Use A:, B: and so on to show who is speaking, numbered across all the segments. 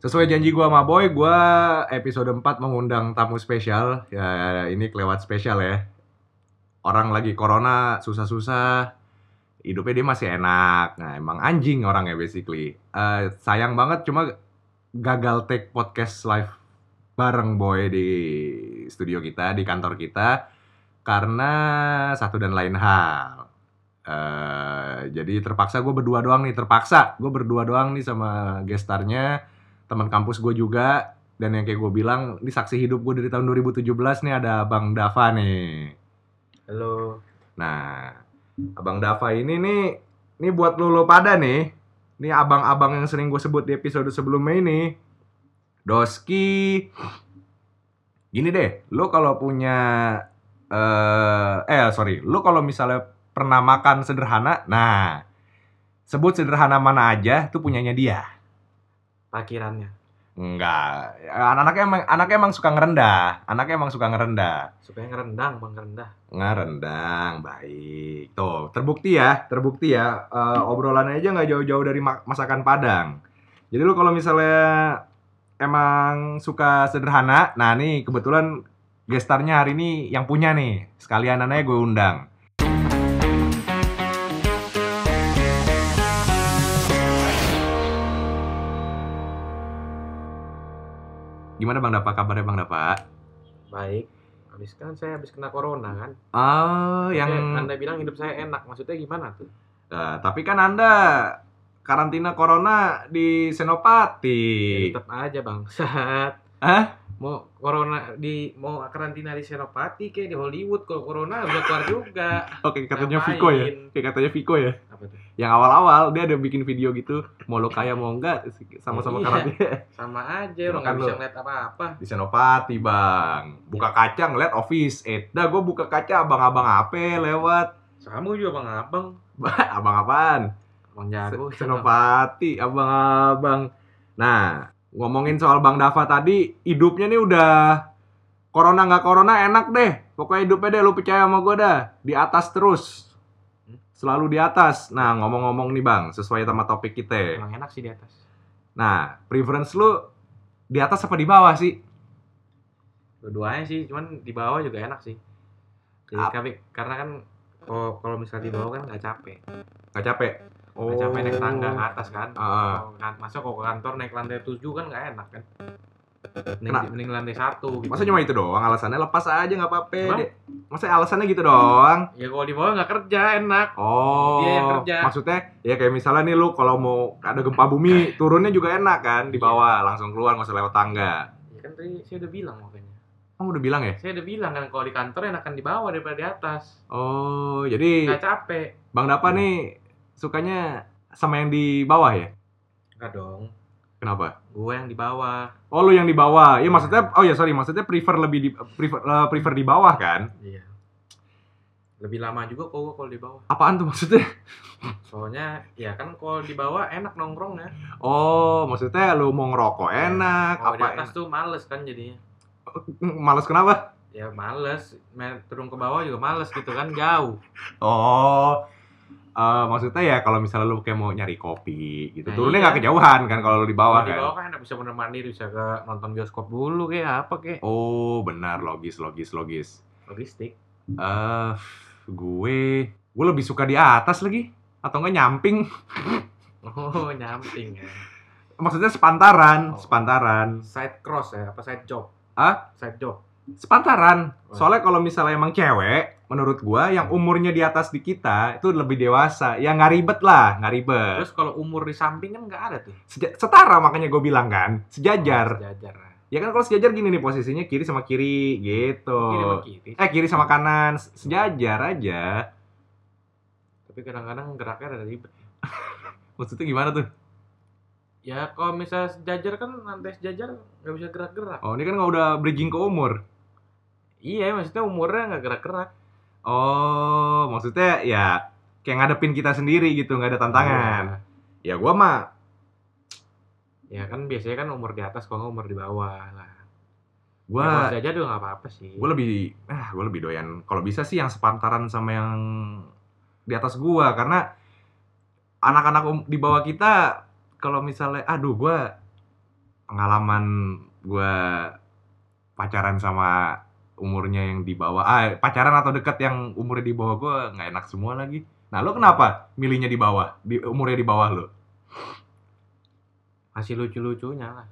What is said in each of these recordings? A: Sesuai janji gua sama Boy, gua episode 4 mengundang tamu spesial. Ya ini kelewat spesial ya. Orang lagi corona susah-susah, hidupnya dia masih enak. Nah, emang anjing orangnya basically. Eh, sayang banget cuma gagal take podcast live bareng Boy di studio kita, di kantor kita karena satu dan lain hal. Eh, jadi terpaksa gue berdua doang nih, terpaksa gue berdua doang nih sama gestarnya teman kampus gue juga dan yang kayak gue bilang ini saksi hidup gue dari tahun 2017 nih ada Bang Dava nih.
B: Halo.
A: Nah, Abang Dava ini nih, ini buat lo lo pada nih, ini abang-abang yang sering gue sebut di episode sebelumnya ini, Doski. Gini deh, lo kalau punya, eh, eh sorry, lo kalau misalnya pernah makan sederhana, nah sebut sederhana mana aja tuh punyanya dia.
B: Pakirannya
A: Enggak, anak-anaknya emang anaknya emang suka ngerendah, anaknya emang suka ngerendah.
B: suka yang rendang, bang rendah.
A: Ngerendang, baik. Tuh, terbukti ya, terbukti ya. Eh, obrolannya aja nggak jauh-jauh dari ma- masakan Padang. Jadi lu kalau misalnya emang suka sederhana, nah nih kebetulan gestarnya hari ini yang punya nih. Sekalian anaknya gue undang. Gimana Bang Dapa kabarnya Bang Dapa?
B: Baik. Habis kan saya habis kena corona kan.
A: Oh, yang
B: Saya- anda bilang hidup saya enak, maksudnya gimana tuh?
A: Nah, tapi kan Anda karantina corona di
B: Ya,
A: Senopati.
B: tetap aja bangsat.
A: Iya. Hah?
B: Mau corona di mau karantina di Senopati kayak di Hollywood kalau corona udah keluar juga.
A: Oke, katanya
B: Ngapain?
A: Viko ya. Kayak katanya Viko ya.
B: Apa tuh?
A: Yang awal-awal dia ada bikin video gitu, mau lo kaya mau enggak sama-sama
B: Iya.
A: karantina
B: Sama aja
A: Makan
B: orang nggak bisa
A: kan lu.
B: ngeliat apa-apa.
A: di Senopati, Bang. Buka kaca ngeliat office. Eh, dah gua buka kaca abang-abang ape lewat.
B: Sama juga bang abang.
A: abang apaan?
B: Bang jago.
A: Senopati, abang-abang. Nah, ngomongin soal Bang Dava tadi, hidupnya nih udah corona nggak corona enak deh. Pokoknya hidupnya deh, lu percaya sama gue dah. Di atas terus. Selalu di atas. Nah, ngomong-ngomong nih Bang, sesuai sama topik kita.
B: Emang enak sih di atas.
A: Nah, preference lu di atas apa di bawah sih?
B: Dua-duanya sih, cuman di bawah juga enak sih. Jadi
A: Ap-
B: kami- karena kan kalau kalau misalnya di bawah kan nggak capek.
A: Gak capek?
B: Nggak capek
A: Oh.
B: naik tangga ke atas kan.
A: Heeh.
B: Kalau kan masa kalau ke kantor naik lantai 7 kan nggak enak kan. Mending,
A: Kenapa?
B: mending lantai 1 gitu.
A: Masa cuma itu doang alasannya? Lepas aja nggak apa-apa.
B: Emang?
A: Dek. Masa alasannya gitu doang?
B: Ya kalau di bawah nggak kerja enak.
A: Oh,
B: Dia yang kerja.
A: maksudnya ya kayak misalnya nih lu kalau mau ada gempa bumi turunnya juga enak kan
B: Iya.
A: di bawah langsung keluar nggak usah lewat tangga.
B: Ya kan tadi saya udah bilang makanya.
A: Kamu udah bilang ya?
B: Saya udah bilang kan kalau di kantor enakan di bawah daripada di atas.
A: Oh, jadi
B: Nggak capek.
A: Bang Dapa nih sukanya sama yang di bawah ya?
B: Enggak dong.
A: Kenapa?
B: Gue yang di bawah.
A: Oh, lu yang di bawah. Iya maksudnya oh ya sorry, maksudnya prefer lebih di prefer, eh, prefer di bawah kan?
B: Iya. Lebih lama juga kok gue kalau di bawah.
A: Apaan tuh maksudnya?
B: Soalnya ya kan kalau di bawah enak nongkrongnya.
A: Oh, maksudnya lu mau ngerokok enak,
B: Kalau
A: apa
B: Oh, di atas tuh males kan jadinya.
A: enak? Males kenapa?
B: Ya males, main turun ke bawah juga males gitu kan jauh.
A: Oh, eh, maksudnya ya kalau misalnya lu kayak mau nyari kopi gitu,
B: Nah,
A: turunnya
B: iya.
A: nggak kejauhan kan kalau lu di bawah
B: Kalau di
A: kan?
B: bawah kan enak bisa bener mandiri, bisa ke nonton bioskop dulu kayak apa kayak
A: Oh, benar logis logis logis.
B: logistik.
A: Eh, gue gue lebih suka di atas lagi atau enggak nyamping?
B: Oh, nyamping ya.
A: Maksudnya sepantaran,
B: Oh.
A: sepantaran,
B: Side cross ya, apa side job?
A: Hah?
B: Side job.
A: sepantaran. Soalnya kalau misalnya emang cewek, menurut gua yang umurnya di atas di kita itu lebih dewasa. Ya nggak ribet lah, nggak ribet.
B: Terus kalau umur di samping kan nggak ada tuh.
A: Seja- setara makanya gue bilang kan, sejajar.
B: Sejajar.
A: Ya kan kalau sejajar gini nih posisinya kiri sama kiri gitu.
B: Kiri sama kiri.
A: Eh kiri sama kanan se- sejajar aja.
B: Tapi kadang-kadang geraknya ada ribet.
A: Maksudnya gimana tuh?
B: Ya kalau misalnya sejajar kan nanti sejajar nggak bisa gerak-gerak.
A: Oh ini kan nggak udah bridging ke umur.
B: Iya, maksudnya umurnya nggak gerak-gerak.
A: Oh maksudnya ya kayak ngadepin kita sendiri gitu nggak ada tantangan.
B: Oh.
A: Ya gua mah
B: Iya. Ya kan biasanya kan umur di atas kalau nggak umur di bawah lah. Ya, kalau
A: gua
B: sejajar juga nggak apa-apa sih.
A: gua lebih ah gua lebih doyan kalau bisa sih yang sepantaran sama yang di atas gua karena anak-anak um- di bawah kita kalau misalnya aduh gua pengalaman gua pacaran sama umurnya yang di bawah ah pacaran atau deket yang umurnya di bawah gua nggak enak semua lagi nah lo kenapa milihnya di bawah di umurnya di bawah lo
B: Masih lucu-lucunya lah.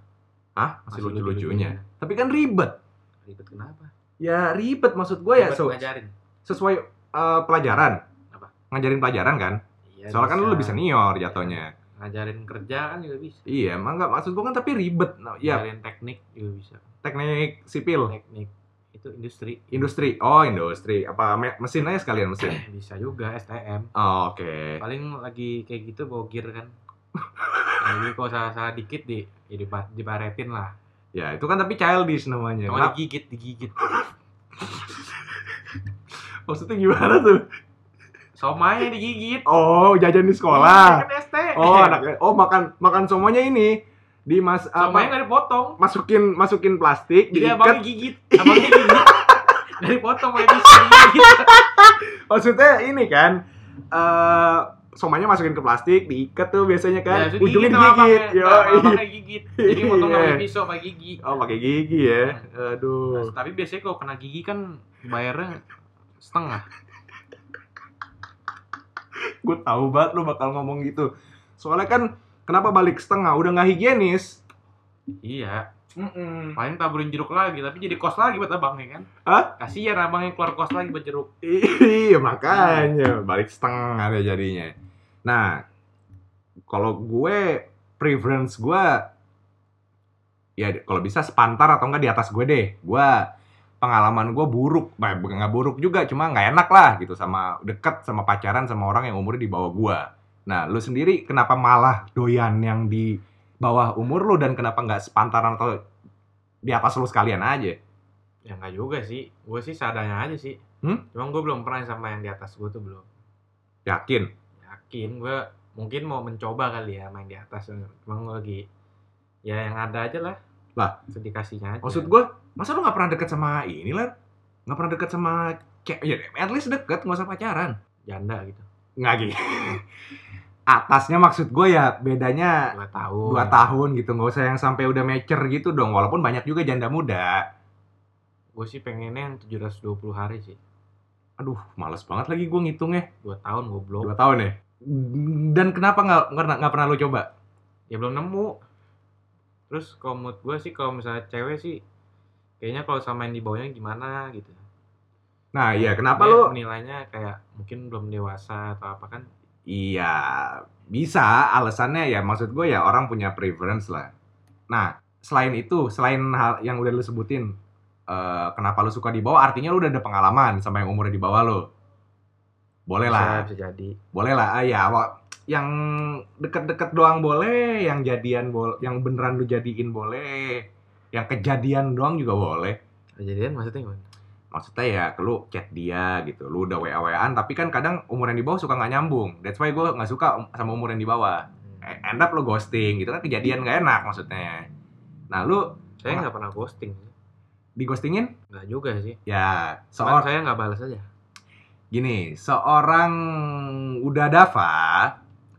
A: ah masih lucu lucunya tapi kan ribet
B: Ribet kenapa?
A: ya ribet maksud gua ya
B: Ribet
A: so-
B: ngajarin.
A: sesuai eh, pelajaran
B: Apa?
A: ngajarin pelajaran kan
B: Iya,
A: soalnya kan lu
B: bisa.
A: lebih senior jatuhnya
B: Ngajarin kerja kan juga bisa.
A: iya emang nggak maksud gua kan tapi ribet Nah, ya
B: Ngajarin teknik juga bisa.
A: teknik sipil
B: Teknik itu industri.
A: industri oh industri apa me- mesin aja sekalian mesin
B: bisa juga STM.
A: Oh, oke
B: paling lagi kayak gitu bawa gear kan Nah, jadi kalau salah-salah dikit di ya diba- dibaretin lah
A: ya itu kan tapi childish namanya Kenapa-
B: kalau digigit digigit
A: Nah, maksudnya gimana tuh
B: somanya digigit
A: oh jajan di sekolah
B: kan ST
A: oh anak oh makan makan semuanya ini di mas
B: somanya
A: apa
B: nggak Iya, dipotong
A: masukin masukin plastik
B: jadi
A: diikat
B: abang digigit abang digigit nggak dipotong kayak bisa digigit
A: maksudnya ini kan eh somanya masukin ke plastik diikat tuh biasanya kan
B: Ya, terus
A: ujungnya
B: sama
A: digigit
B: Nah, abangnya.
A: yo
B: Nah, sama abangnya gigit jadi motong
A: Iya.
B: pakai pisau pakai gigi
A: oh pakai gigi
B: Iya.
A: ya
B: Nah,
A: aduh
B: tapi biasanya kalau kena gigi kan bayarnya setengah
A: gue tahu banget lu bakal ngomong gitu soalnya kan kenapa balik setengah udah nggak higienis
B: iya
A: Mm-mm.
B: paling taburin jeruk lagi tapi jadi kos lagi buat abangnya kan
A: Hah?
B: kasihan abangnya keluar kos lagi buat jeruk
A: Iya makanya balik setengah deh jadinya. Nah, kalau gue preference gue ya kalau bisa sepantar atau enggak di atas gue deh. Gue pengalaman gue buruk, Bah, nggak buruk juga, cuma nggak enak lah gitu sama deket sama pacaran sama orang yang umurnya di bawah gue. Nah, lu sendiri kenapa malah doyan yang di bawah umur lu dan kenapa nggak sepantaran atau di atas lu sekalian aja?
B: Ya nggak juga sih, gue sih seadanya aja sih.
A: Hmm?
B: Cuman gue belum pernah sama yang di atas gue tuh belum.
A: Yakin?
B: Yakin gue mungkin mau mencoba kali ya main di atas. Cuman gue lagi ya yang ada aja lah.
A: Lah.
B: Sedikasinya aja.
A: Maksud gue, masa lu gak pernah deket sama ini lah? Gak pernah deket sama cewek? Ya, at least deket, gak usah pacaran.
B: janda gitu.
A: Nggak gitu. Atasnya maksud gue ya bedanya
B: Dua tahun.
A: dua tahun gitu. Gak usah yang sampai udah mature gitu dong. Walaupun banyak juga janda muda.
B: Gue sih pengennya yang 720 hari sih.
A: Aduh, males banget lagi gue ngitungnya.
B: Dua tahun goblok.
A: Dua tahun ya? Dan kenapa gak, nggak nggak pernah lu coba?
B: Ya belum nemu. Terus kalau menurut gue sih kalau misalnya cewek sih kayaknya kalau sama yang di bawahnya gimana gitu.
A: Nah iya, kenapa
B: Dia
A: lu?
B: Nilainya kayak mungkin belum dewasa atau apa kan.
A: Iya, bisa. Alasannya ya maksud gue ya orang punya preference lah. Nah, selain itu, selain hal yang udah lu sebutin, eh, kenapa lu suka di bawah? Artinya lu udah ada pengalaman sama yang umurnya di bawah lu. Boleh lah,
B: Bisa, bisa jadi.
A: boleh lah. Ah, ya, wa- yang deket-deket doang boleh, yang jadian boleh, yang beneran lu jadiin boleh, yang kejadian doang juga boleh.
B: Kejadian kan maksudnya gimana?
A: Maksudnya ya lu chat dia gitu, lu udah wa-waan, tapi kan kadang umuran di bawah suka nggak nyambung. That's why gue nggak suka um- sama umuran di bawah. Eh, end up lo ghosting gitu kan kejadian gak enak maksudnya nah lu
B: Saya nggak pernah ghosting.
A: di ghostingin
B: Nggak juga sih.
A: ya
B: Cuman
A: seorang
B: saya nggak balas aja.
A: gini seorang udah dafa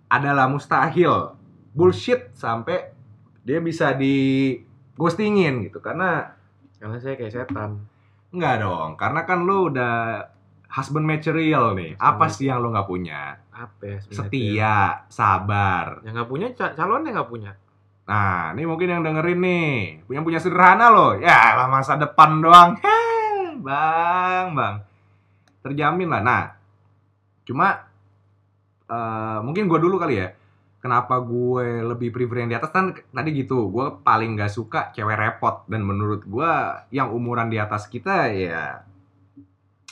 A: adalah mustahil bullshit sampai dia bisa di ghostingin gitu karena
B: Karena saya kayak setan.
A: nggak dong karena kan lu udah husband material nih apa sih yang lu nggak punya
B: Apa ya? sebenarnya?
A: setia sabar
B: Yang nggak punya ca- calon yang nggak punya.
A: nah ini mungkin yang dengerin nih yang punya sederhana loh ya lah masa depan doang bang bang terjamin lah nah cuma eh, mungkin gue dulu kali ya kenapa gue lebih prefer yang di atas kan tadi gitu gue paling gak suka cewek repot dan menurut gue yang umuran di atas kita ya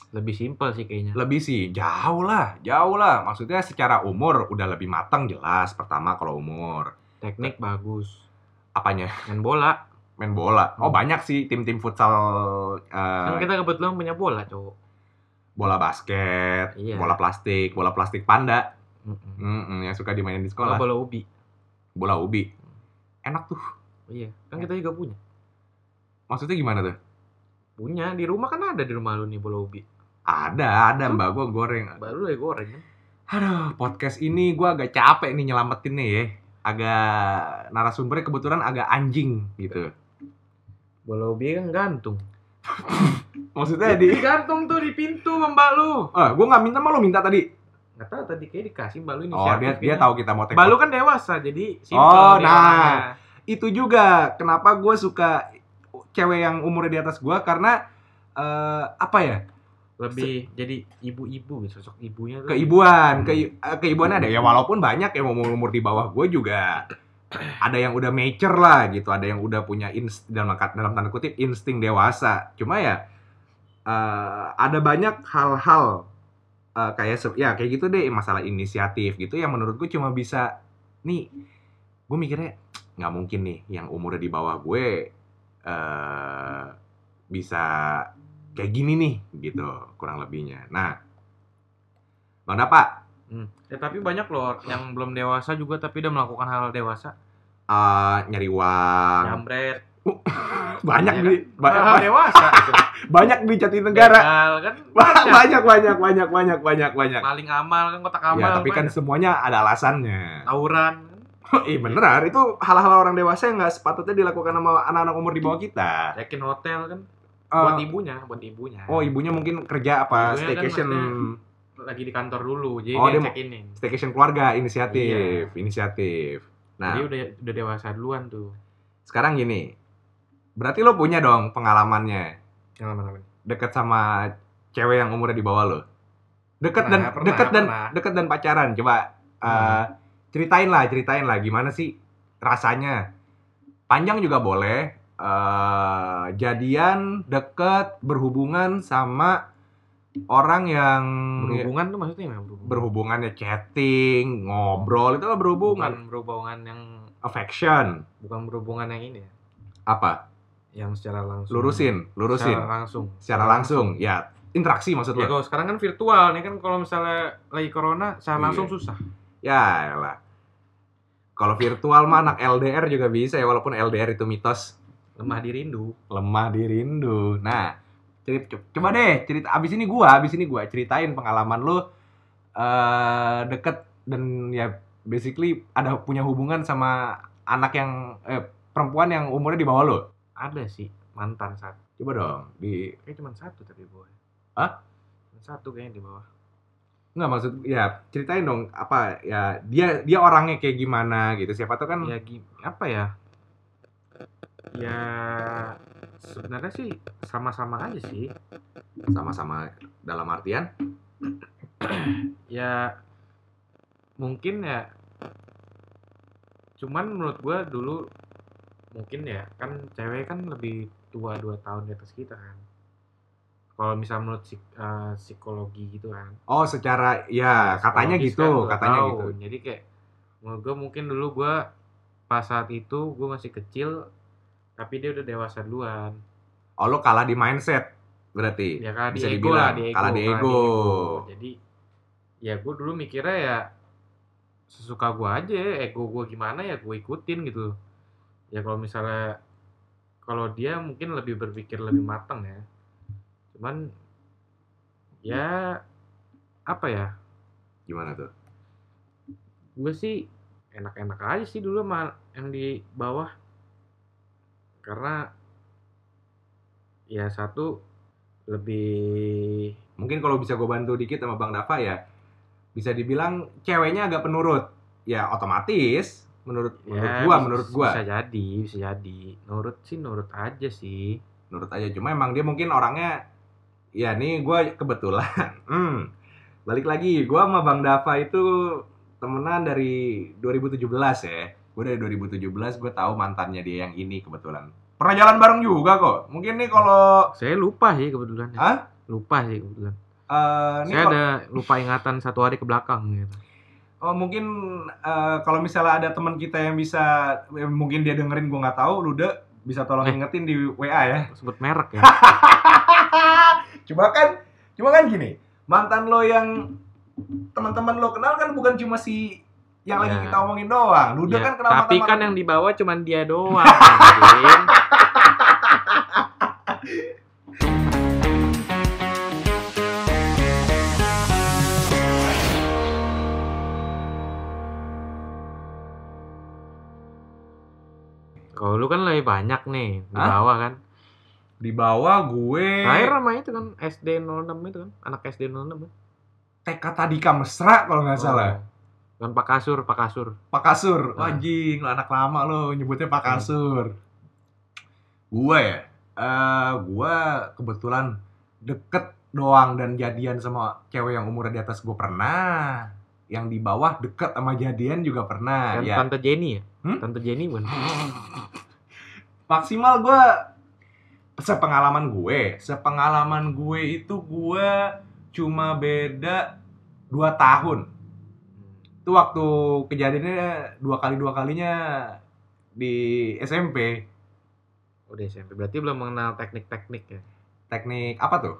B: Lebih simpel sih kayaknya.
A: lebih sih jauh lah jauh lah maksudnya secara umur udah lebih matang jelas pertama kalau umur
B: Teknik bagus.
A: apanya
B: Main bola.
A: main bola oh banyak sih tim-tim futsal eh,
B: Kan kita kebetulan punya bola, cowok.
A: bola basket
B: Iya.
A: bola plastik bola plastik panda
B: Mm-mm.
A: Mm-mm, yang suka dimainin di
B: Kalau
A: sekolah
B: bola ubi.
A: bola ubi enak tuh
B: Iya. Kan kita juga punya.
A: maksudnya gimana tuh
B: Punya di rumah kan ada di rumah lu nih bola ubi.
A: ada ada mbak gua goreng Ah,
B: Baru lu ya goreng kan.
A: aduh podcast ini gua agak capek nih nyelamatin nih ya agak narasumbernya kebetulan agak anjing gitu.
B: Bola OB kan gantung. Iya.
A: Maksudnya di
B: gantung tuh di pintu sama mbak lu.
A: Eh, gua nggak minta malu minta tadi.
B: Nggak tahu tadi kayak dikasih mbak lu ini
A: Oh, dia dia tahu kita mau take
B: Mbak lu kan dewasa jadi simple
A: Oh,
B: dia
A: nah.
B: orangnya.
A: itu juga kenapa gue suka cewek yang umurnya di atas gue karena eh, apa ya
B: lebih jadi ibu-ibu gitu, sosok ibunya tuh.
A: keibuan ke keibuannya ada ya walaupun banyak yang umur umur di bawah gue juga ada yang udah mature lah gitu ada yang udah punya inst dalam dalam tanda kutip insting dewasa cuma ya eh, ada banyak hal-hal eh, kayak se- ya kayak gitu deh masalah inisiatif gitu yang menurut gue cuma bisa nih gue mikirnya nggak mungkin nih yang umurnya di bawah gue eh bisa kayak gini nih gitu kurang lebihnya nah bang Dapa
B: Ya, tapi banyak loh yang belum dewasa juga tapi udah melakukan hal dewasa.
A: eh, nyari uang
B: Jambret.
A: banyak
B: Iya
A: di ba- ba-
B: Hal, dewasa gitu.
A: banyak di Jatinegara
B: Begal kan banyak.
A: banyak banyak banyak banyak banyak banyak
B: Paling amal kan kotak amal.
A: ya tapi kan
B: banyak.
A: semuanya ada alasannya
B: tawuran.
A: Ih beneran itu hal-hal orang dewasa yang nggak sepatutnya dilakukan sama anak-anak umur di bawah kita
B: Check-in hotel kan
A: Eh,
B: buat ibunya, buat ibunya.
A: oh ibunya mungkin kerja apa
B: Ibunya kan
A: staycation
B: lagi di kantor dulu jadi
A: Oh,
B: dia
A: dia mau-
B: check-inin.
A: staycation keluarga inisiatif inisiatif nah
B: Jadi udah udah dewasa duluan tuh.
A: sekarang gini berarti lo punya dong pengalamannya
B: Yang
A: Hmm,
B: lama-lama.
A: deket sama cewek yang umurnya di bawah lo deket dan
B: Pernah, pernah,
A: deket dan
B: pernah.
A: deket dan pacaran coba eh,
B: Hmm.
A: ceritain lah ceritain lah gimana sih rasanya panjang juga boleh eh, jadian deket berhubungan sama orang yang iya.
B: Berhubungan tuh maksudnya gimana berhubungan?
A: berhubungannya chatting ngobrol itu lah
B: Bukan
A: berhubungan
B: berhubungan yang
A: affection
B: bukan berhubungan yang ini ya,
A: apa
B: yang secara langsung.
A: lurusin lurusin
B: Secara langsung.
A: secara langsung ya interaksi maksud
B: Ya
A: lo
B: kalau sekarang kan virtual nih kan kalau misalnya lagi corona secara
A: Iya.
B: langsung susah.
A: ya lah kalau virtual mah anak LDR juga bisa ya walaupun LDR itu mitos
B: Lemah dirindu.
A: lemah di rindu. Nah, cerit- co- coba deh cerita abis ini gua, abis ini gua ceritain pengalaman lu eh deket dan ya basically ada punya hubungan sama anak yang eh, perempuan yang umurnya di bawah lu.
B: Ada sih mantan satu.
A: Coba dong di
B: Kayaknya cuma satu tapi di bawah.
A: Hah?
B: Cuma Satu kayaknya di bawah.
A: nggak maksud ya ceritain dong apa ya dia dia orangnya kayak gimana gitu. Siapa tuh kan
B: Ya gi- apa ya? Ya sebenarnya sih sama-sama aja sih.
A: sama-sama dalam artian
B: ya mungkin ya cuman menurut gua dulu mungkin ya kan cewek kan lebih tua dua tahun di atas kita kan kalau misal menurut psik- eh, psikologi gitu kan
A: oh secara ya katanya
B: Psikologis
A: gitu,
B: kan dua
A: katanya
B: tahun.
A: gitu.
B: jadi kayak menurut gua mungkin dulu gua pas saat itu gua masih kecil tapi dia udah dewasa duluan
A: Oh lu kalah di mindset berarti.
B: ya kalah di
A: Bisa
B: ego
A: dibilang,
B: lah di ego,
A: kalah di ego.
B: jadi ya gue dulu mikirnya ya sesuka gue aja ego gue gimana ya gue ikutin gitu ya kalau misalnya kalau dia mungkin lebih berpikir lebih matang ya cuman ya apa ya
A: Gimana tuh?
B: gue sih enak-enak aja sih dulu sama yang di bawah karena ya satu lebih
A: mungkin kalau bisa gue bantu dikit sama Bang Dava ya bisa dibilang ceweknya agak penurut ya otomatis menurut menurut
B: Ya,
A: gua
B: bis-
A: menurut gua
B: bisa jadi bisa jadi nurut sih nurut aja sih
A: menurut aja cuma emang dia mungkin orangnya ya nih gua kebetulan hmm. balik lagi gua sama Bang Dava itu temenan dari 2017 ya gue dari 2017 gue tahu mantannya dia yang ini kebetulan pernah jalan bareng juga kok mungkin nih kalau
B: saya lupa sih kebetulan ya.
A: Hah?
B: lupa sih kebetulan
A: eh, nih
B: saya
A: kalau-
B: ada lupa ingatan satu hari ke belakang gitu
A: Oh mungkin eh, kalau misalnya ada teman kita yang bisa eh, mungkin dia dengerin gua nggak tahu Luda bisa tolong
B: Eh.
A: ingetin di WA ya.
B: sebut merek ya
A: cuma kan cuma kan gini, mantan lo yang teman-teman lo kenal kan bukan cuma si yang lagi
B: Ya.
A: kita omongin doang. Luda
B: Ya,
A: kan kenal
B: tapi
A: mantan-
B: kan yang dibawa cuman dia doang anjing. kan banyak nih di
A: Hah? Eh.
B: bawah kan.
A: Di bawah gue
B: Terakhir sama itu kan SD 06 itu kan, anak SD 06 kan.
A: TK Tadika Mesra kalau
B: Oh.
A: nggak salah.
B: Kan Pak Kasur, Pak Kasur.
A: Pak Kasur,
B: Ah. Hmm.
A: anjing, lo anak lama lo nyebutnya Pak Kasur. Gue ya, Eh, gue kebetulan deket doang dan jadian sama cewek yang umurnya di atas gue pernah. Yang di bawah deket sama jadian juga pernah.
B: Dan
A: ya.
B: Tante Jenny ya?
A: Hmm?
B: Tante Jenny mana?
A: Maksimal gue sepengalaman gue, sepengalaman gue itu gue cuma beda 2 tahun. Itu waktu kejadiannya dua kali dua kalinya di SMP.
B: Udah SMP. Berarti belum mengenal teknik-teknik ya.
A: teknik apa tuh?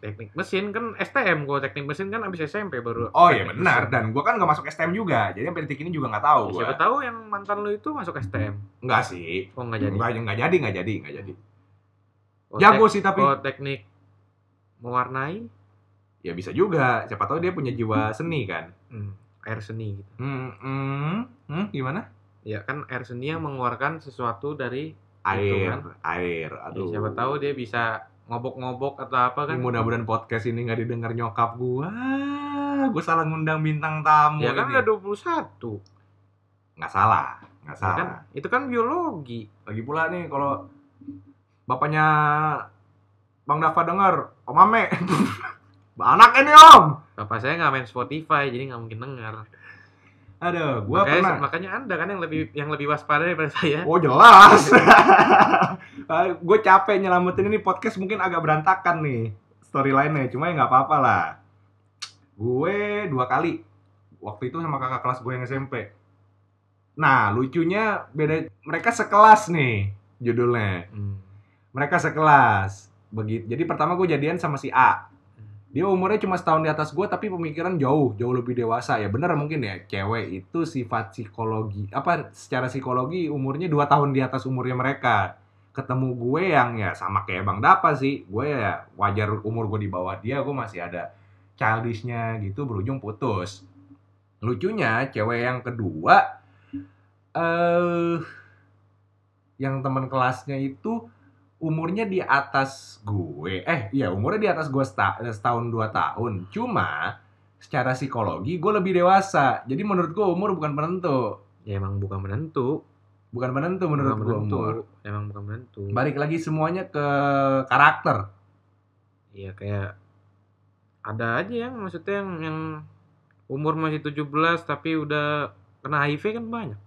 B: Teknik mesin kan STM kalau teknik mesin kan abis SMP baru.
A: Oh iya
B: teknik
A: benar
B: mesin.
A: dan gua kan gak masuk STM juga. Jadi sampai detik ini juga nggak tahu gua.
B: Siapa tahu yang mantan lu itu masuk STM.
A: Enggak sih.
B: Oh nggak jadi.
A: Enggak enggak jadi enggak jadi enggak jadi.
B: Oh,
A: Jago
B: tek-
A: sih tapi
B: oh, teknik mewarnai
A: ya bisa juga. Siapa tahu dia punya jiwa seni kan.
B: hmm, air seni gitu.
A: Hmm, hmm, hmm, gimana?
B: Ya kan air seni yang mengeluarkan sesuatu dari Gitu
A: Air,
B: kan.
A: air. Aduh.
B: siapa tahu dia bisa ngobok-ngobok atau apa
A: Ini
B: kan.
A: mudah-mudahan podcast ini nggak didengar nyokap gua. Gua salah ngundang bintang tamu
B: Ya kan
A: ini.
B: udah 21.
A: Nggak salah, nggak
B: Ya
A: salah.
B: kan itu kan biologi.
A: Lagi pula nih kalau bapaknya Bang Dafa dengar, Om Ame. Anak ini Om.
B: Bapak saya nggak main Spotify jadi nggak mungkin dengar.
A: Aduh, gua
B: Makanya,
A: Oh, pernah.
B: makanya Anda kan yang lebih yang lebih waspada daripada saya.
A: Oh jelas. gue capek nyelamatin ini podcast mungkin agak berantakan nih storyline-nya. Cuma ya nggak apa-apa lah. Gue dua kali. Waktu itu sama kakak kelas gue yang SMP. Nah lucunya beda mereka sekelas nih judulnya.
B: Hmm.
A: Mereka sekelas. Begitu. Jadi pertama gue jadian sama si A. Dia umurnya cuma setahun di atas gue tapi pemikiran jauh, jauh lebih dewasa ya. Bener mungkin ya, cewek itu sifat psikologi apa secara psikologi umurnya 2 tahun di atas umurnya mereka. Ketemu gue yang ya sama kayak Bang Dapa sih. Gue ya wajar umur gue di bawah dia, gue masih ada childishnya gitu berujung putus. Lucunya cewek yang kedua eh yang teman kelasnya itu umurnya di atas gue eh iya umurnya di atas gue seta- eh, setahun dua tahun cuma secara psikologi gue lebih dewasa jadi menurut gue umur bukan penentu
B: Ya emang bukan menentu.
A: bukan penentu menurut
B: Bukan
A: gue
B: menentu.
A: umur
B: Emang bukan menentu.
A: balik lagi semuanya ke karakter
B: Iya kayak ada aja yang maksudnya yang, yang umur masih 17 tapi udah kena HIV kan banyak.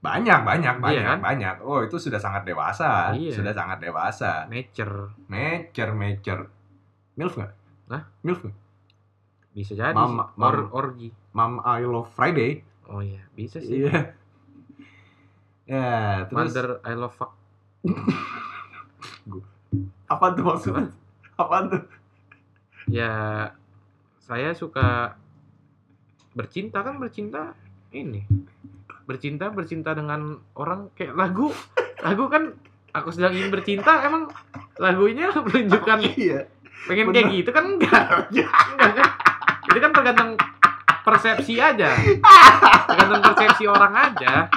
A: banyak banyak
B: Iya,
A: banyak
B: kan?
A: banyak oh itu sudah sangat dewasa
B: Iya.
A: sudah sangat dewasa
B: Nature
A: mecer mecer milf nggak
B: Hah?
A: milf nggak
B: bisa jadi
A: Mama-
B: sih. Or,
A: mama.
B: orgi.
A: mam I love Friday
B: Oh iya, bisa sih.
A: iya ya terus
B: Mother I love fuck.
A: apa tuh maksudnya apa tuh
B: Ya saya suka bercinta kan bercinta ini. Bercinta bercinta dengan orang kayak lagu. Lagu kan aku sedang ingin bercinta emang lagunya menunjukkan
A: iya
B: pengen
A: Bener. Iya.
B: kayak gitu kan enggak enggak kan itu kan tergantung persepsi aja tergantung persepsi orang aja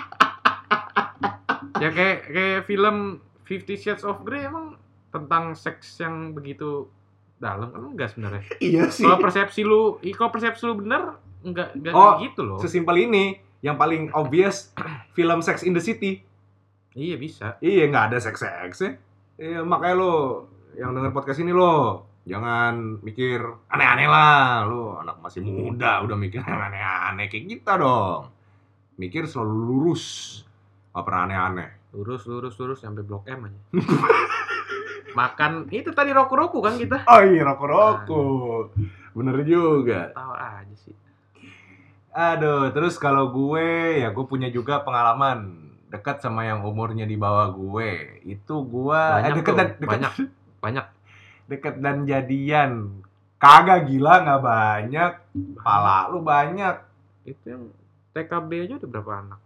B: ya kayak kayak film Fifty Shades of Grey emang tentang seks yang begitu dalam kan enggak sebenarnya
A: Iya sih.
B: kalau persepsi lu i- kalau persepsi lu bener enggak enggak
A: Oh,
B: kayak gitu loh
A: Sesimpel ini, yang paling obvious film Sex in the City.
B: iya bisa
A: Iya, nggak ada seks seks ya. Iya, makanya lo yang denger podcast ini lo jangan mikir aneh-aneh lah. Lo anak masih muda udah mikir yang aneh-aneh kayak kita dong. Mikir selalu lurus. Gak pernah aneh-aneh.
B: lurus lurus lurus sampai blok M aja makan itu tadi roku roku kan kita
A: Oh iya, roko-roko. Nah. Bener juga.
B: tahu aja sih
A: Eh, Aduh, terus kalau gue ya gue punya juga pengalaman dekat sama yang umurnya di bawah gue. Itu gue eh,
B: Banyak
A: dekat
B: tuh,
A: dan dekat,
B: banyak. banyak
A: dekat dan jadian. Kagak gila nggak banyak, pala lu banyak.
B: itu yang TKB aja udah berapa anak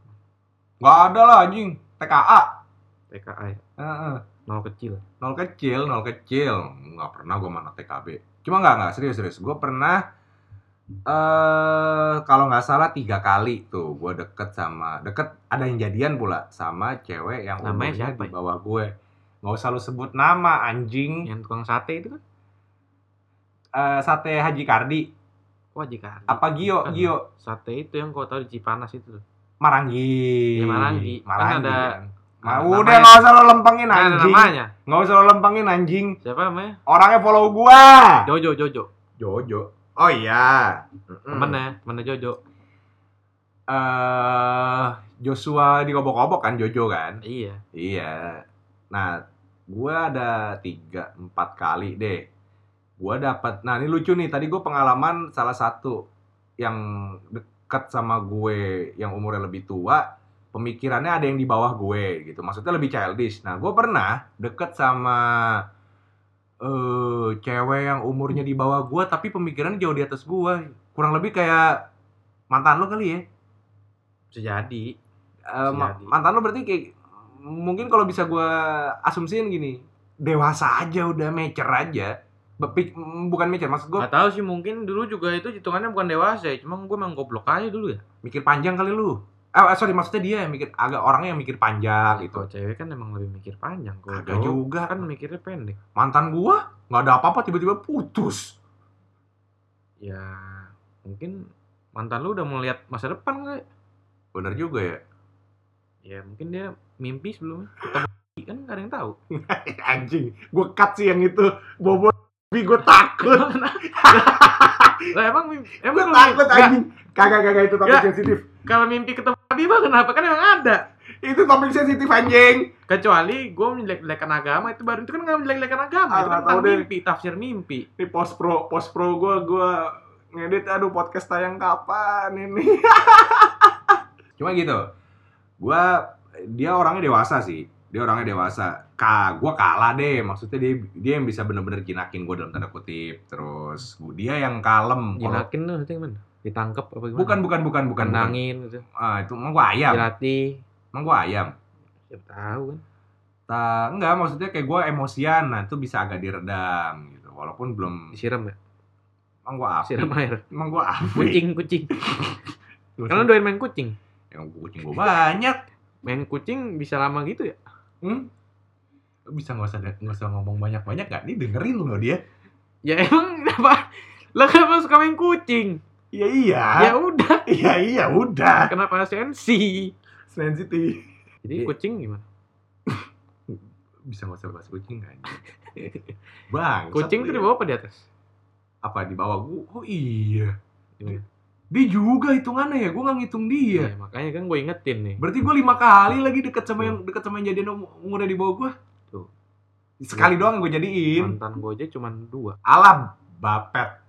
A: Nggak ada lah anjing, TKA.
B: TKA ya?
A: Heeh.
B: nol kecil
A: Nol kecil, nol kecil. Nggak pernah gue mana TKB. Cuma nggak nggak serius serius. Gue pernah eh kalau nggak salah tiga kali tuh gue deket sama deket ada yang jadian pula sama cewek yang
B: Namanya
A: umurnya
B: siapa
A: di
B: ya?
A: bawah gue nggak usah lu sebut nama anjing
B: Yang tukang sate itu kan?
A: Eh, sate Haji Kardi
B: Wah, jika
A: apa Gio
B: Bukan.
A: Gio
B: Sate itu yang kau tahu di Cipanas itu. tuh.
A: Maranggi
B: Iya, Maranggi. Kan
A: Maranggi
B: ada-
A: kan. Nah,
B: Ada
A: udah
B: namanya.
A: nggak usah lo lempengin
B: Nah, ada
A: anjing
B: namanya.
A: nggak usah lo lempengin anjing
B: Siapa namanya?
A: orangnya follow gua
B: Jojo, Jojo.
A: Jojo oh iya Mm-mm.
B: Temennya, temennya Jojo.
A: eh Joshua di kobok-kobok kan Jojo kan
B: Iya.
A: Iya. Nah, gua ada tiga empat kali deh. Gua dapat. Nah, ini lucu nih. Tadi gue pengalaman salah satu yang dekat sama gue yang umurnya lebih tua, pemikirannya ada yang di bawah gue gitu. Maksudnya lebih childish. Nah, gue pernah deket sama eh cewek yang umurnya di bawah gue tapi pemikirannya jauh di atas gue. Kurang lebih kayak mantan lo kali ya.
B: Bisa jadi.
A: Eh, ma-
B: Jadi.
A: mantan lo berarti kayak mungkin kalau bisa gua asumsiin gini dewasa aja udah mecer aja Bepik, mm, bukan mecer maksud gua
B: Gak tahu sih mungkin dulu juga itu hitungannya bukan dewasa ya. Cuma gue emang goblok aja dulu ya.
A: mikir panjang kali lu ah sorry maksudnya dia yang mikir agak orangnya yang mikir panjang gitu
B: Kalau cewek kan emang lebih mikir panjang. Kalau
A: agak
B: cowok
A: juga
B: kan mikirnya pendek.
A: mantan gua nggak ada apa-apa tiba-tiba putus
B: Ya mungkin mantan lu udah melihat masa depan kali.
A: bener juga ya
B: Ya mungkin dia mimpi sebelumnya. Ketemu kan gak ada yang tahu.
A: anjing gua cut sih yang itu bobo tapi gua takut
B: Lah emang mimpi,
A: gua
B: emang kalau
A: takut
B: mimpi-
A: anjing kagak kagak itu topik
B: Nggak.
A: sensitif
B: kalau mimpi ketemu Habibah kenapa kan emang ada.
A: itu topik sensitif anjing
B: Kecuali gue menjelek-jelekan agama itu baru itu kan nggak menjelek-jelekan
A: Ah,
B: agama itu kan
A: nggak tahu
B: tentang
A: deh.
B: mimpi tafsir mimpi.
A: Ini post pro, post pro gue gue ngedit aduh podcast tayang kapan ini. Cuma gitu. Gua dia orangnya dewasa sih. Dia orangnya dewasa. Ka, gua kalah deh. Maksudnya dia dia yang bisa bener-bener jinakin gue dalam tanda kutip. Terus gua- dia yang kalem. Kalau-
B: Jilakin tuh itu gimana? Ditangkep apa gimana?
A: Bukan bukan bukan bukan. bukan.
B: Kandangin gitu.
A: Ah, itu emang gua ayam.
B: Dilatih.
A: Emang gua ayam.
B: Siapa tahu kan.
A: Ta, enggak maksudnya kayak gua emosian. Nah, itu bisa agak diredam gitu. Walaupun belum
B: Disiram ya?
A: emang gua api.
B: Siram air.
A: Emang gua api.
B: Kucing, kucing. Kalian doain main kucing?
A: yang kucing gua banyak.
B: Main kucing bisa lama gitu ya?
A: Hmm? Lu bisa nggak usah nggak usah ngomong banyak banyak nggak? Ini dengerin loh dia.
B: Ya emang kenapa? Lah kenapa suka main kucing?
A: Iya iya.
B: Ya udah,
A: Iya iya udah.
B: kenapa sensi?
A: Sensitif.
B: Jadi
A: Iya.
B: kucing gimana?
A: Bisa nggak usah bahas kucing nggak? Bang.
B: Kucing
A: satu
B: tuh
A: ya.
B: di bawah apa di atas?
A: Apa di bawah gua? Oh iya.
B: Gimana?
A: Dia juga hitungannya ya. Gua nggak ngitung dia.
B: Ya, makanya kan gue ingetin nih.
A: Berarti gua lima kali lagi deket sama
B: Tuh.
A: yang deket sama yang jadian um- umurnya di bawah gua.
B: Tuh. Iya.
A: Sekali doang gue jadiin.
B: Mantan gue aja cuma dua.
A: Alam. Bapet.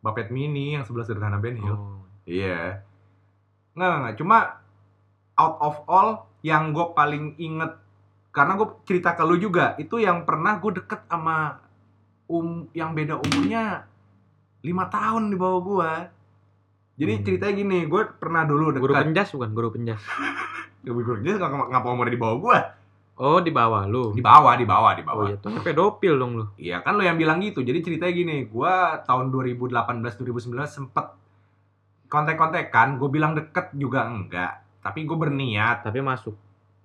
A: Bapet mini yang sebelah sederhana Ben Hill.
B: Oh.
A: Iya. Nggak, nggak, nggak. Cuma out of all yang gue paling inget karena gue cerita ke lu juga itu yang pernah gue deket sama um yang beda umurnya lima tahun di bawah gue. Jadi
B: Hmm.
A: ceritanya gini, gue pernah dulu
B: Guru
A: dekat.
B: penjas bukan guru penjas.
A: Guru guru dia nggak ngapa umurnya di bawah gue?
B: Oh di bawah lu.
A: Di bawah, di bawah, di
B: Oh
A: bawah.
B: iya tuh pedofil dong lu.
A: Iya kan lo yang bilang gitu. Jadi ceritanya gini, gua tahun 2018-2019 sempet kontek-kontekan. Gue bilang deket juga enggak. Tapi gue berniat
B: Tapi masuk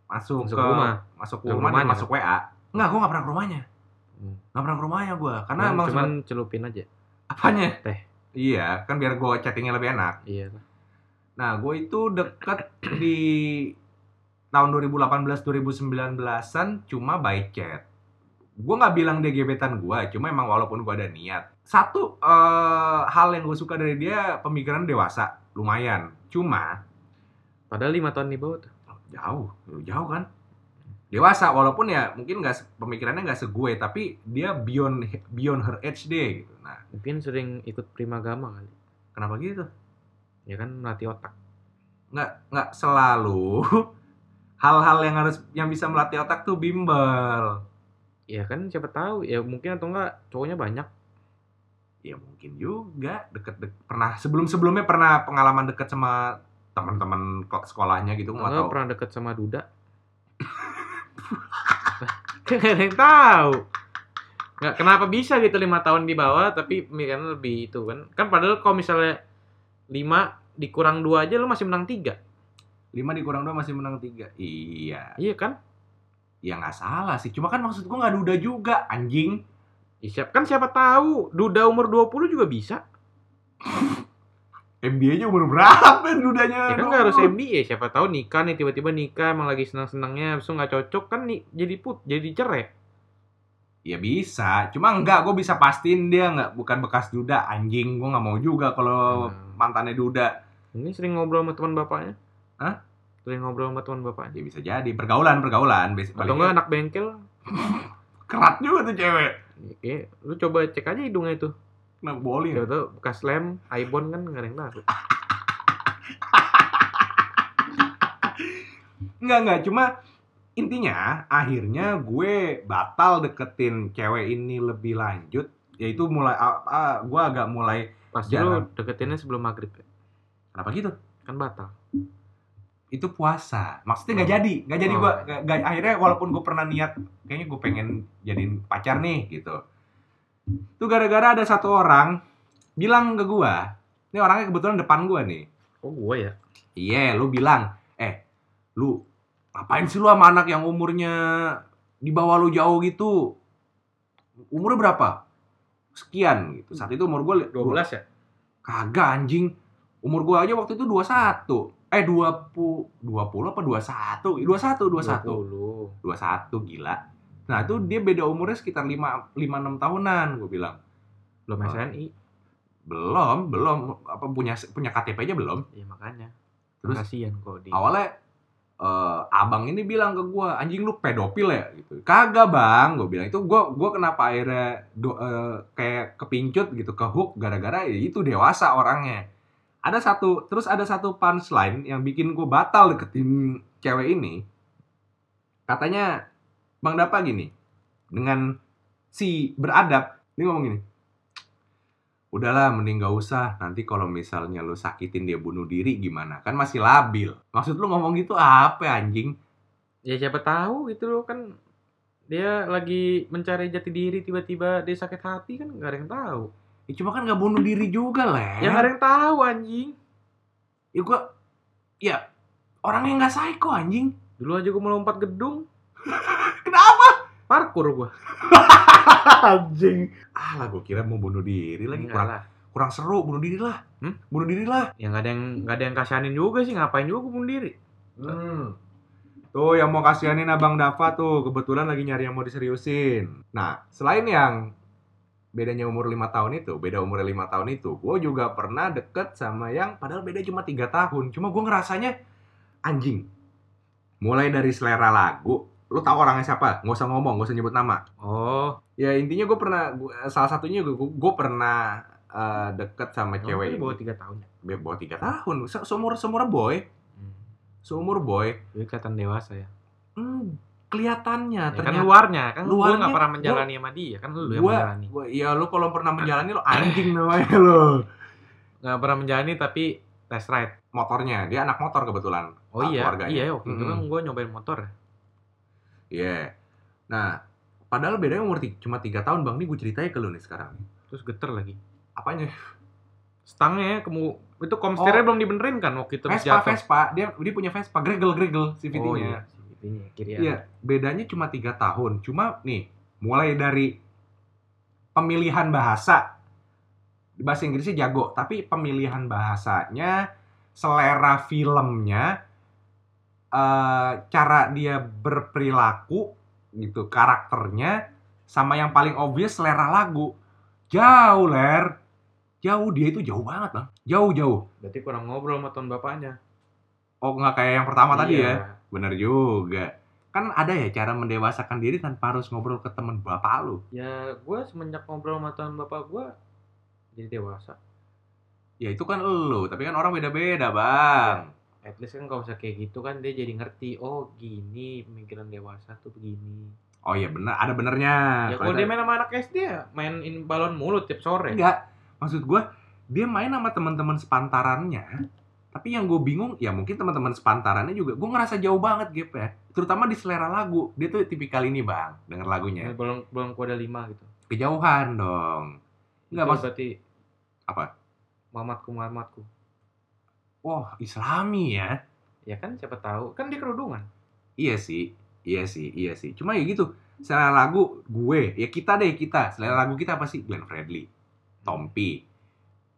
A: masuk,
B: masuk
A: ke
B: rumah.
A: masuk ke
B: Ke
A: rumah dan
B: rumahnya.
A: masuk WA. Enggak, gue nggak pernah ke rumahnya.
B: Hmm.
A: Nggak pernah ke rumahnya gue. Karena
B: Cuman,
A: emang
B: cuman
A: sempet-
B: celupin aja.
A: apanya?
B: Teh.
A: Iya, kan biar gue chattingnya lebih enak.
B: Iya. lah.
A: Nah, gue itu deket di tahun 2018-2019an cuma by chat. Gue nggak bilang dia gebetan gue, cuma emang walaupun gue ada niat. Satu eh, hal yang gue suka dari dia pemikiran dewasa, lumayan. Cuma
B: Padahal lima tahun di bawah tuh.
A: jauh, jauh kan? Dewasa, walaupun ya mungkin nggak se- pemikirannya nggak segue, tapi dia beyond beyond her age deh. Gitu. Nah,
B: Mungkin sering ikut primagama kali.
A: kenapa gitu?
B: Ya kan melatih otak.
A: Nggak nggak selalu hal-hal yang harus yang bisa melatih otak tuh bimbel.
B: Ya kan siapa tahu ya mungkin atau enggak cowoknya banyak.
A: ya mungkin juga deket dek pernah sebelum sebelumnya pernah pengalaman deket sama teman-teman ke- sekolahnya gitu nggak
B: Enggak
A: tahu
B: pernah deket sama Duda. Gak ada yang tahu. Nggak, kenapa bisa gitu lima tahun di bawah tapi pemikirannya lebih itu kan? Kan padahal kalau misalnya lima dikurang dua aja lu masih menang tiga.
A: 5 dikurang 2 masih menang 3. Iya.
B: Iya kan?
A: Ya nggak salah sih. Cuma kan maksud gua nggak duda juga, anjing.
B: Ya, siap kan siapa tahu Duda umur 20 juga bisa.
A: NBA-nya umur berapa dudanya?
B: Ya kan nggak harus MBA siapa tahu nikah nih tiba-tiba nikah emang lagi senang-senangnya habis itu nggak cocok kan nih jadi put jadi cerai.
A: Ya bisa, cuma enggak gue bisa pastiin dia enggak bukan bekas duda anjing. Gue nggak mau juga kalau
B: Hmm.
A: mantannya duda.
B: Ini sering ngobrol sama teman bapaknya.
A: Hah?
B: Sering ngobrol sama teman bapaknya.
A: Ya bisa jadi pergaulan pergaulan basic
B: Atau enggak anak bengkel?
A: kerat juga tuh cewek.
B: Ya, kayak- lu coba cek aja hidungnya itu.
A: Nah, boleh.
B: Siapa tahu bekas lem, ibon kan nggak ada yang tahu.
A: Enggak, enggak. Cuma intinya akhirnya
B: Iya.
A: gue batal deketin cewek ini lebih lanjut. Yaitu mulai, ah, ah, gue agak mulai,
B: Pasti lu deketinnya sebelum maghrib ya.
A: kenapa gitu?
B: Kan batal.
A: Itu puasa. Maksudnya nggak
B: Oh.
A: jadi. Nggak jadi
B: Oh.
A: gue. akhirnya walaupun gue pernah niat, kayaknya gue pengen jadiin pacar nih gitu. Itu gara-gara ada satu orang bilang ke gue, ini orangnya kebetulan depan gue nih.
B: Oh gua ya.
A: Iya, lu bilang, eh, lu ngapain sih lu sama anak yang umurnya di bawah lu jauh gitu? Umurnya berapa? Sekian gitu. Saat itu umur gue
B: 12 ya?
A: Kagak anjing. Umur gue aja waktu itu 21. Eh 20 20 apa 21? 21, 21.
B: 20.
A: 21 gila. Nah, itu dia beda umurnya sekitar 5 5 6 tahunan, gue bilang.
B: Belum
A: Oh.
B: SNI.
A: Belum, belum apa punya punya KTP aja belum.
B: Iya makanya.
A: Terus
B: kasihan kok di.
A: awalnya eh, abang ini bilang ke gua anjing lu pedofil ya gitu kagak bang gue bilang itu gua gua kenapa akhirnya do- eh, kayak kepincut gitu ke hook gara-gara ya itu dewasa orangnya ada satu terus ada satu punchline yang bikin gua batal deketin cewek ini katanya bang Dapa gini dengan si beradab dia ngomong gini udahlah mending gak usah nanti kalau misalnya lu sakitin dia bunuh diri gimana kan masih labil maksud lu ngomong gitu apa anjing
B: Ya siapa tahu gitu loh kan dia lagi mencari jati diri tiba-tiba dia sakit hati kan nggak ada yang tahu.
A: ya, cuma kan gak bunuh diri juga lah
B: Ya nggak ada yang tahu anjing.
A: ya gua ya orangnya nggak psycho anjing
B: Dulu aja gua melompat gedung,
A: kenapa
B: parkur gua.
A: anjing ah lah gua kira mau bunuh diri lagi
B: Enggak
A: kurang
B: lah.
A: kurang seru bunuh diri lah
B: Hmm?
A: bunuh diri lah
B: Ya nggak ada yang nggak ada yang kasihanin juga sih ngapain juga gua bunuh diri.
A: Hmm. Tuh yang mau kasihanin Abang Dava tuh kebetulan lagi nyari yang mau diseriusin. Nah, selain yang bedanya umur 5 tahun itu, beda umur 5 tahun itu, gue juga pernah deket sama yang padahal beda cuma 3 tahun. Cuma gue ngerasanya anjing. Mulai dari selera lagu, lu tahu orangnya siapa? Nggak usah ngomong, nggak usah nyebut nama
B: Oh,
A: ya intinya gue pernah gua- salah satunya gue gue pernah eh, deket sama cewek ini
B: cewek bawa 3 tahun ya.
A: Dia bawa tiga tahun Se- seumur seumur boy
B: Hmm.
A: seumur boy
B: Jadi kelihatan dewasa ya.
A: hmm, kelihatannya
B: Ya, kan
A: Nah, ternyata
B: luarnya kan
A: Luarnya,
B: luarnya nggak pernah
A: gua-
B: menjalani sama dia kan lu yang
A: gua-
B: menjalani
A: Gua- iya lu kalau pernah menjalani lo anjing namanya lo
B: nggak pernah menjalani tapi test ride
A: motornya dia anak motor kebetulan
B: oh
A: Ah,
B: iya
A: keluarganya. Hmm.
B: iya waktu itu
A: Mm-mm.
B: kan gue nyobain motor
A: iya nah padahal bedanya umur ti- cuma tiga tahun bang ini gue ceritain ke lu nih sekarang
B: terus geter lagi
A: apanya
B: stangnya kemu itu komsternya belum dibenerin kan waktu
A: Oh.
B: itu
A: Vespa Vespa dia dia punya Vespa gregel gregel CVT-nya
B: oh iya CVT-nya kiri
A: Iya,
B: iya.
A: bedanya cuma tiga tahun. Cuma nih, mulai dari pemilihan bahasa, bahasa Inggrisnya jago, tapi pemilihan bahasanya, selera filmnya, eh, cara dia berperilaku, gitu, karakternya, sama yang paling obvious selera lagu, jauh ler, jauh dia itu jauh banget bang, jauh jauh.
B: berarti kurang ngobrol sama teman bapaknya
A: Oh nggak kayak yang pertama tadi
B: Iya.
A: ya? Bener juga. Kan ada ya cara mendewasakan diri tanpa harus ngobrol ke temen bapak lu.
B: ya gue semenjak ngobrol sama teman bapak gue jadi dewasa
A: Ya itu kan lu, tapi kan orang beda-beda bang.
B: at least kan kalau usah kayak gitu kan dia jadi ngerti oh gini pemikiran dewasa tuh begini
A: Oh iya bener, ada benernya.
B: ya
A: Kalau
B: kalau dia
A: ada-
B: main ya? sama anak SD ya mainin balon mulut tiap sore
A: Enggak, maksud gue dia main sama teman-teman sepantarannya. Tapi yang gue bingung, ya mungkin teman-teman sepantarannya juga, gue ngerasa jauh banget Gap
B: Hmm.
A: ya. Terutama di selera lagu, dia tuh tipikal ini bang, denger lagunya.
B: Belum belum kuada lima gitu.
A: kejauhan dong. Enggak
B: Itu
A: maksud
B: berarti
A: Apa?
B: Mamatku mamatku.
A: wah Islami ya.
B: Ya kan siapa tahu. Kan dia kerudungan.
A: Iya sih, iya sih, iya sih. Cuma ya gitu, selera lagu gue, ya kita deh kita. Selera lagu kita apa sih? Glenn Fredly, Tompi,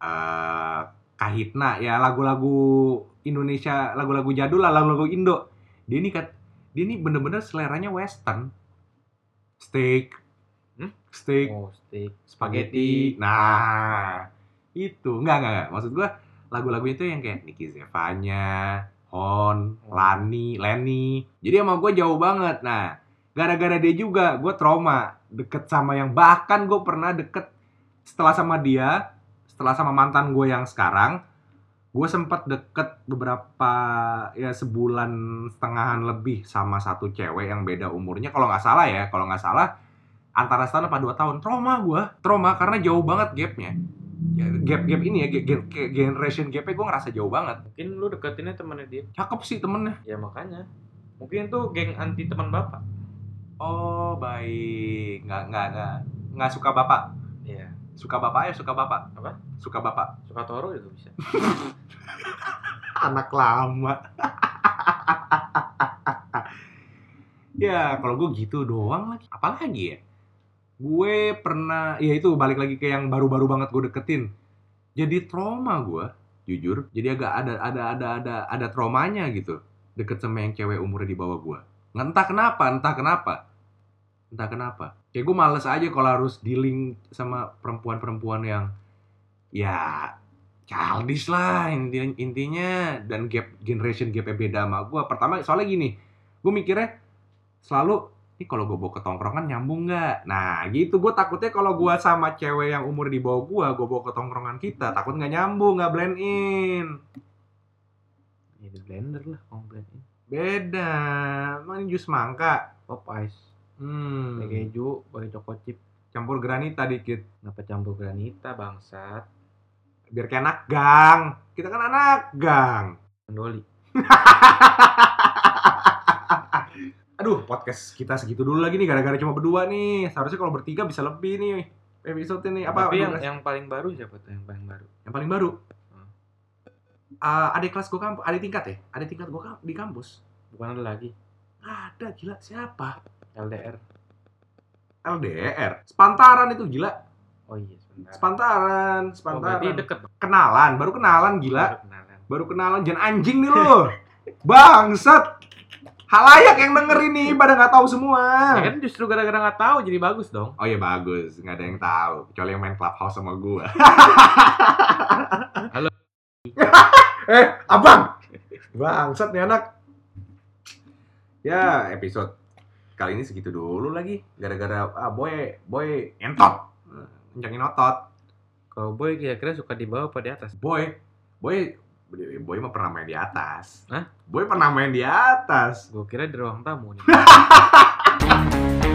A: eh Kahitna, ya lagu-lagu Indonesia, lagu-lagu jadul lah, lagu-lagu Indo. Dia ini kat, dia ini bener-bener seleranya Western. Steak,
B: Hmm?
A: steak,
B: Oh, steak.
A: spaghetti. Nah, itu enggak enggak, enggak. maksud gua lagu-lagu itu yang kayak Niki Zevanya, Hon, Lani, Leni. Jadi sama gua jauh banget. Nah, gara-gara dia juga gua trauma deket sama yang bahkan gue pernah deket setelah sama dia, setelah sama mantan gue yang sekarang, gue sempet deket beberapa ya sebulan setengahan lebih sama satu cewek yang beda umurnya kalau nggak salah ya kalau nggak salah antara setahun apa dua tahun trauma gue trauma karena jauh banget gapnya ya, gap gap ini ya gap- gap- gap- generation gapnya gue ngerasa jauh banget
B: Nah, Mungkin lu deketinnya temannya dia.
A: cakep sih temennya
B: Ya makanya. Mungkin itu geng anti teman bapak.
A: oh baik nggak nggak nggak nggak suka bapak
B: Iya.
A: suka bapak ya suka bapak
B: Apa?
A: suka bapak
B: Suka toro itu bisa.
A: anak lama ya kalau gue gitu doang lagi apalagi ya gue pernah ya itu balik lagi ke yang baru-baru banget gue deketin jadi trauma gue jujur jadi agak ada ada ada ada ada traumanya gitu deket sama yang cewek umurnya di bawah gue entah kenapa entah kenapa entah kenapa kayak gue males aja kalau harus dealing sama perempuan-perempuan yang ya childish lah intinya, intinya dan gap generation gapnya beda sama gue pertama soalnya gini gue mikirnya selalu ini kalau gue bawa ke tongkrongan nyambung nggak nah gitu gue takutnya kalau gue sama cewek yang umur di bawah gue gue bawa ke tongkrongan kita takut nggak nyambung nggak blend in
B: Ya di blender lah, kalau blend in.
A: beda emang ini jus mangga
B: Pop ice,
A: hmm.
B: pakai keju, pakai choco chip,
A: campur granita dikit
B: kenapa campur granita bangsat?
A: biar kayak anak gang kita kan anak gang
B: Kendoli.
A: aduh podcast kita segitu dulu lagi nih gara-gara cuma berdua nih seharusnya kalau bertiga bisa lebih nih episode ini apa
B: Tapi yang,
A: 12?
B: yang paling baru siapa tuh yang paling baru?
A: Yang paling baru
B: Hmm.
A: Eh, ada kelas gue kampus ada tingkat ya ada tingkat gue di kampus
B: Bukan ada lagi,
A: ada gila siapa
B: LDR.
A: LDR sepantaran itu gila
B: Oh iya, sebentar.
A: sepantaran
B: Oh, berarti
A: sepantaran
B: deket.
A: kenalan baru kenalan gila
B: Baru kenalan.
A: baru kenalan jangan anjing nih lo bangsat halayak yang denger ini pada nggak tahu semua
B: Ya kan justru gara-gara nggak tahu jadi bagus dong.
A: Oh iya bagus, nggak ada yang tahu. Kecuali yang main clubhouse sama gua.
B: Halo.
A: eh, abang. Bangsat nih anak. Ya, episode kali ini segitu dulu lagi. Gara-gara ah, boy, boy entot. Kencangin otot.
B: Cowboy kira-kira suka di bawah apa di atas?
A: Boy, boy, boy mah pernah main di atas.
B: Hah?
A: Boy pernah main di atas.
B: Gue kira di ruang tamu nih.